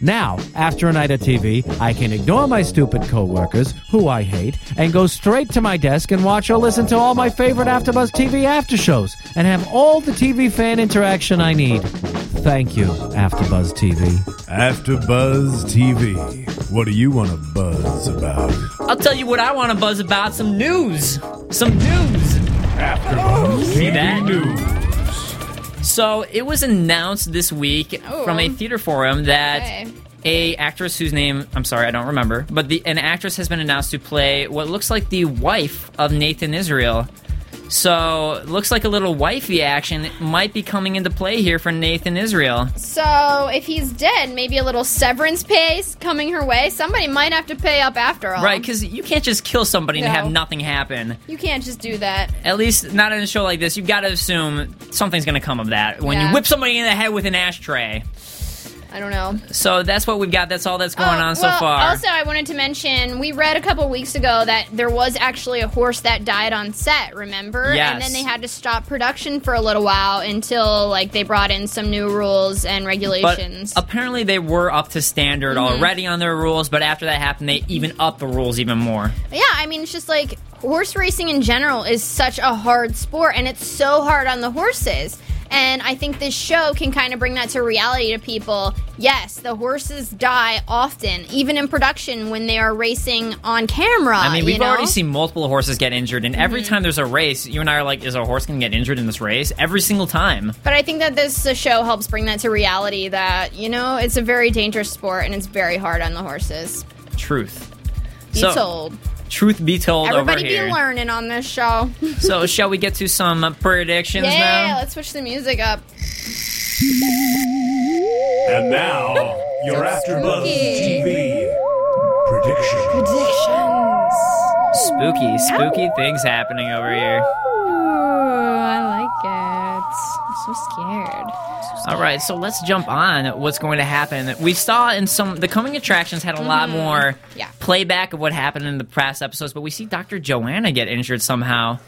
S6: Now, after a night of TV, I can ignore my stupid coworkers, who I hate, and go straight to my desk and watch or listen to all my favorite AfterBuzz TV after shows, and have all the TV fan interaction I need. Thank you, AfterBuzz TV.
S7: After Buzz TV. What do you want to buzz about?
S2: I'll tell you what I want to buzz about: some news, some news.
S7: After Buzz
S2: See that?
S7: News.
S2: So it was announced this week
S3: Oh.
S2: from a theater forum that
S3: Okay.
S2: a actress whose name I'm sorry I don't remember, but the an actress has been announced to play what looks like the wife of Nathan Israel. So, looks like a little wifey action might be coming into play here for Nathan Israel.
S3: So if he's dead, maybe a little severance pay is coming her way. Somebody might have to pay up after all.
S2: Right, because you can't just kill somebody and
S3: No.
S2: have nothing happen.
S3: you can't just do that.
S2: At least not in a show like this. You've got to assume something's going to come of that when you
S3: Yeah.
S2: whip somebody in the head with an ashtray.
S3: I don't know.
S2: So that's what we've got. That's all that's going
S3: Oh,
S2: on so
S3: well,
S2: far.
S3: Also, I wanted to mention we read a couple weeks ago that there was actually a horse that died on set. Remember?
S2: Yes.
S3: And then they had to stop production for a little while until like they brought in some new rules and
S2: but
S3: regulations.
S2: apparently they were up to standard
S3: Mm-hmm.
S2: already on their rules, but after that happened, they even upped the rules even more.
S3: yeah, I mean, it's just like horse racing in general is such a hard sport, and it's so hard on the horses. And I think this show can kind of bring that to reality to people. Yes, the horses die often, even in production when they are racing on camera.
S2: I mean,
S3: Uh, you
S2: we've already
S3: know? Mm-hmm.
S2: seen multiple horses get injured, and every time there's a race, you and I are like, is a horse going to get injured in this race? Every single time.
S3: But I think that this uh, show helps bring that to reality that, you know, it's a very dangerous sport and it's very hard on the horses.
S2: Truth.
S3: Be
S2: So-
S3: told.
S2: Truth be told over
S3: Everybody be
S2: here.
S3: learning on this show.
S2: so, shall we get to some uh, predictions
S3: yeah,
S2: now?
S3: let's switch the music up.
S7: And now, your AfterBuzz TV prediction.
S3: Predictions.
S2: Spooky, spooky things happening over here.
S3: I like it. I'm so scared.
S2: All right, so let's jump on what's going to happen. We saw in some the coming attractions had a lot more
S3: Mm-hmm. Yeah.
S2: playback of what happened in the past episodes, but we see Dr. Joanna get injured somehow.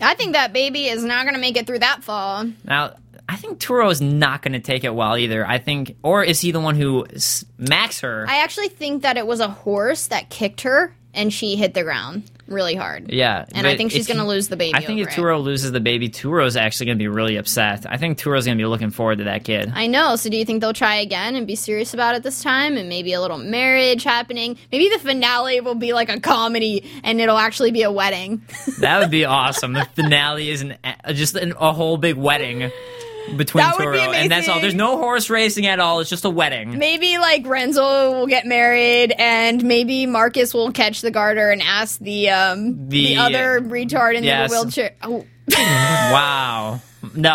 S3: I think that baby is not going to make it through that fall.
S2: Now, I think Turo is not going to take it well either. I think, or is he the one who smacks her?
S3: I actually think that it was a horse that kicked her and she hit the ground really hard.
S2: yeah,
S3: And I
S2: but
S3: think she's
S2: if he-
S3: going to lose the baby.
S2: I think if
S3: over it.
S2: Turo loses the baby, Turo's actually going to be really upset. I think Turo's going to be looking forward to that kid.
S3: I know. So do you think they'll try again and be serious about it this time and maybe a little marriage happening? Maybe the finale will be like a comedy and it'll actually be a wedding.
S2: that would be awesome. The finale is an, a- just an, a whole big wedding between
S3: That would be
S2: Turo, and that's all.
S3: amazing.
S2: There's no horse racing at all. It's just a wedding.
S3: maybe like Renzo will get married and maybe Marcus will catch the garter and ask the um
S2: The-
S3: the, other retard in
S2: yes.
S3: the wheelchair. Oh.
S2: Wow. No,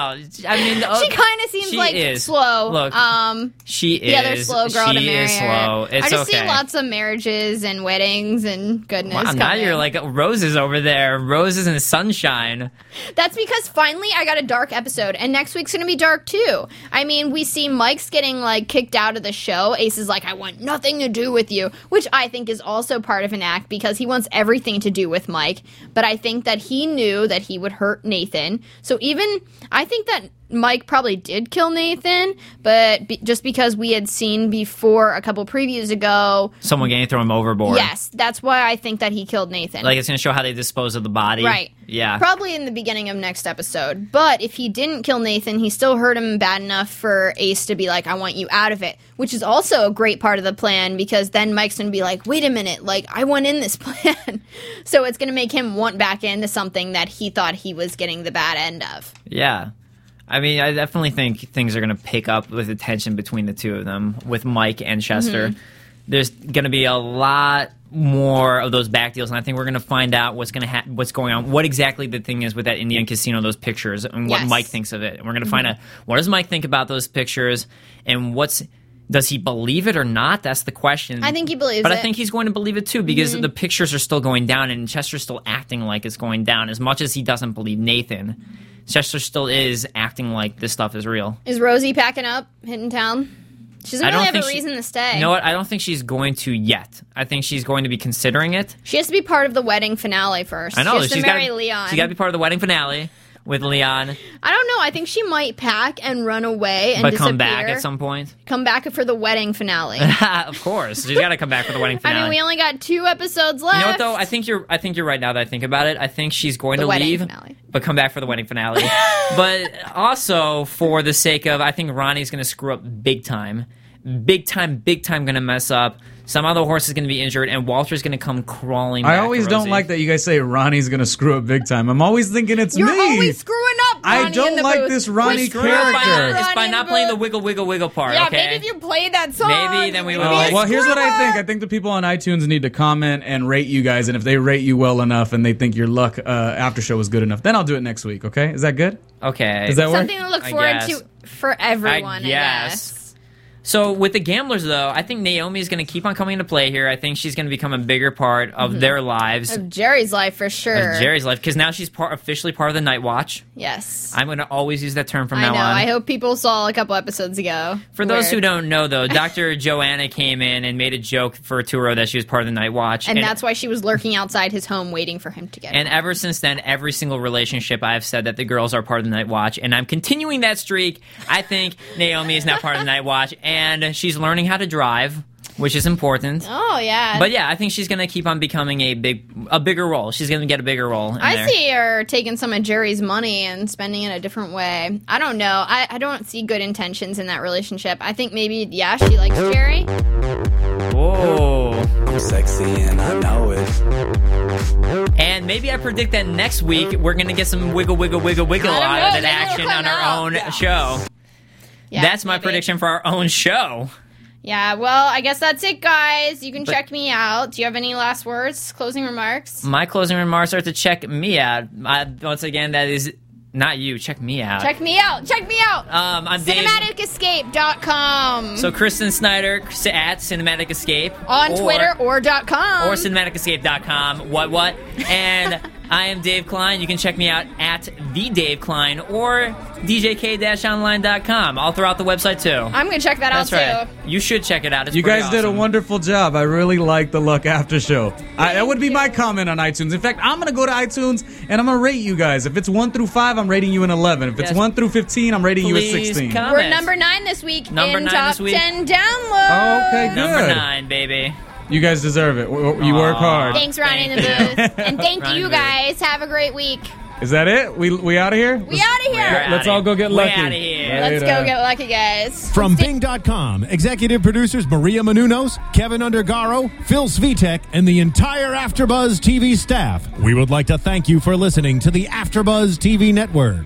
S2: I mean uh,
S3: She kind of seems
S2: she
S3: like
S2: is.
S3: slow.
S2: Look,
S3: um
S2: she is
S3: the other slow girl
S2: she
S3: to marry.
S2: is
S3: her.
S2: slow. It's
S3: I just
S2: okay.
S3: see lots of marriages and weddings and goodness.
S2: Wow, now
S3: coming.
S2: you're like roses over there, roses and sunshine.
S3: That's because finally I got a dark episode, and next week's gonna be dark too. I mean, we see Mike's getting like kicked out of the show. Ace is like, I want nothing to do with you, which I think is also part of an act because he wants everything to do with Mike. But I think that he knew that he would hurt Nathan. So even I think that Mike probably did kill Nathan, but be- just because we had seen before a couple previews ago,
S2: Someone gonna throw him overboard.
S3: yes, that's why I think that he killed Nathan.
S2: Like it's gonna show how they dispose of the body.
S3: Right.
S2: Yeah.
S3: Probably in the beginning of next episode. But if he didn't kill Nathan, he still hurt him bad enough for Ace to be like, I want you out of it, which is also a great part of the plan because then Mike's going to be like, wait a minute, like, I want in this plan. so it's going to make him want back into something that he thought he was getting the bad end of.
S2: yeah. I mean, I definitely think things are gonna pick up with the tension between the two of them, with Mike and Chester.
S3: Mm-hmm.
S2: There's gonna be a lot more of those back deals, and I think we're gonna find out what's gonna ha- what's going on, what exactly the thing is with that Indian casino, those pictures, and what
S3: Yes. Mm-hmm.
S2: Mike thinks of it. And we're gonna find out what does Mike think about those pictures, and what's does he believe it or not? That's the question.
S3: I think he believes
S2: but I
S3: it. Mm-hmm.
S2: think he's going to believe it too because the pictures are still going down and Chester's still acting like it's going down as much as he doesn't believe Nathan. Chester still is acting like this stuff is real.
S3: Is Rosie packing up, hitting town? She doesn't
S2: I don't
S3: really have
S2: think
S3: a
S2: she-
S3: reason to stay.
S2: You know what? I don't think she's going to yet. I think she's going to be considering it.
S3: She has to be part of the wedding finale first.
S2: I know
S3: She has to
S2: gotta-
S3: marry Leon.
S2: She's got to be part of the wedding finale with Leon,
S3: I don't know. I think she might pack and run away and
S2: but
S3: disappear.
S2: come back at some point.
S3: come back for the wedding finale.
S2: of course, she's got to come back for the wedding
S3: I
S2: finale.
S3: mean, we only got two episodes left.
S2: You know what though? I think you're. I think you're right. Now that I think about it, I think she's going
S3: The
S2: to
S3: wedding
S2: leave,
S3: finale.
S2: but come back for the wedding finale. but also for the sake of, I think Ronnie's going to screw up big time, big time, big time. Going to mess up. Some other horse is going to be injured, and Walter's going to come crawling.
S5: I
S2: back to
S5: always don't
S2: Rosie.
S5: like that you guys say Ronnie's gonna screw up big time. I'm always thinking it's
S3: You're
S5: me.
S3: always screwing up,
S5: I
S3: Ronnie
S5: don't
S3: in the
S5: like
S3: booth.
S5: this Ronnie
S3: We
S2: Screw it by
S5: character.
S2: not, it's by
S3: Ronnie
S2: not
S3: the
S2: playing the
S3: Booth.
S2: wiggle wiggle wiggle part.
S3: Yeah,
S2: okay.
S3: maybe if you played that song,
S2: Maybe then we
S3: you'd
S2: would
S3: be
S2: like-
S3: a
S5: Uh, Oh, well, here's what I
S3: scrubber.
S5: think. I think the people on iTunes need to comment and rate you guys, and if they rate you well enough and they think your luck uh, after show was good enough, then I'll do it next week. Okay, is that good?
S2: okay.
S5: Is that work?
S3: something to look
S2: I
S3: forward
S2: guess.
S3: to for everyone. I
S2: guess.
S3: guess.
S2: So with the gamblers, though, I think Naomi is going to keep on coming into play here. I think she's going to become a bigger part of their lives,
S3: Mm-hmm. Of Jerry's life for sure.
S2: of Jerry's life, because now she's part, officially part of the Night Watch.
S3: Yes.
S2: I'm going to always use that term from
S3: I
S2: now
S3: know.
S2: on.
S3: I hope people saw a couple episodes ago.
S2: For those
S3: where-
S2: who don't know, though, Dr. Joanna came in and made a joke for Turo that she was part of the Night Watch,
S3: and that's why she was lurking outside his home waiting for him to get.
S2: And ever since then, every single relationship I've said that the girls are part of the Night Watch, and I'm continuing that streak. I think Naomi is now part of the Night Watch, and she's learning how to drive, which is important.
S3: oh yeah.
S2: But yeah, I think she's gonna keep on becoming a big, a bigger role. She's gonna get a bigger role. In
S3: I
S2: there.
S3: see her taking some of Jerry's money and spending it a different way. I don't know. I, I don't see good intentions in that relationship. I think maybe yeah, she likes Jerry.
S2: Whoa!
S8: Sexy and I know it.
S2: And maybe I predict that next week we're gonna get some wiggle, wiggle, wiggle, wiggle
S3: I don't
S2: out of
S3: know.
S2: that
S3: Maybe
S2: action
S3: it'll
S2: on
S3: come
S2: our
S3: out.
S2: own
S3: Yeah.
S2: show.
S3: Yeah,
S2: That's my
S3: maybe.
S2: prediction for our own show.
S3: Yeah, well, I guess that's it, guys. You can check me out. Do you have any last words, closing remarks?
S2: My closing remarks are to check me out. I, once again, that is not you. Check me out.
S3: Check me out. Check me out.
S2: Um, I'm Dave.
S3: CinematicEscape.com.
S2: So Kristen Snyder at Cinematic Escape
S3: on
S2: or-
S3: Twitter or dot .com.
S2: or cinematicescape.com. What what? And I am Dave Klein. You can check me out at the Dave Klein or djk-online.com. All throughout the website too.
S3: I'm going to check that
S2: That's right.
S3: out, too.
S2: You should check it out. It's
S5: You
S2: pretty
S5: guys did a
S2: awesome.
S5: wonderful job. I really like the Luck After Show. I, that would be my comment on iTunes. In fact, I'm going to go to iTunes and I'm going to rate you guys. If it's 1 through 5, I'm rating you an 11. If it's
S2: Yes.
S5: 1 through 15, I'm rating
S2: Please
S5: you a 16.
S2: comment.
S3: We're number nine this week
S2: Number
S3: in
S2: nine
S3: top
S2: this week.
S3: 10 downloads.
S5: Oh, Okay, good.
S2: Number nine, baby.
S5: You guys deserve it. W- w- You work hard.
S3: Thanks, Ron in the
S2: Thank
S3: booth. and thank
S2: Ron in
S3: you
S2: the booth.
S3: guys. Have a great week.
S5: Is that it? We we out of here?
S3: We out of
S2: We're
S3: here.
S2: outta
S5: Let's all
S2: here.
S5: go get
S2: We're
S5: lucky.
S2: outta here.
S5: Later.
S3: Let's go get lucky, guys.
S1: From Bing.com, executive producers Maria Manunos, Kevin Undergaro, Phil Svitek, and the entire Afterbuzz TV staff. We would like to thank you for listening to the Afterbuzz TV network.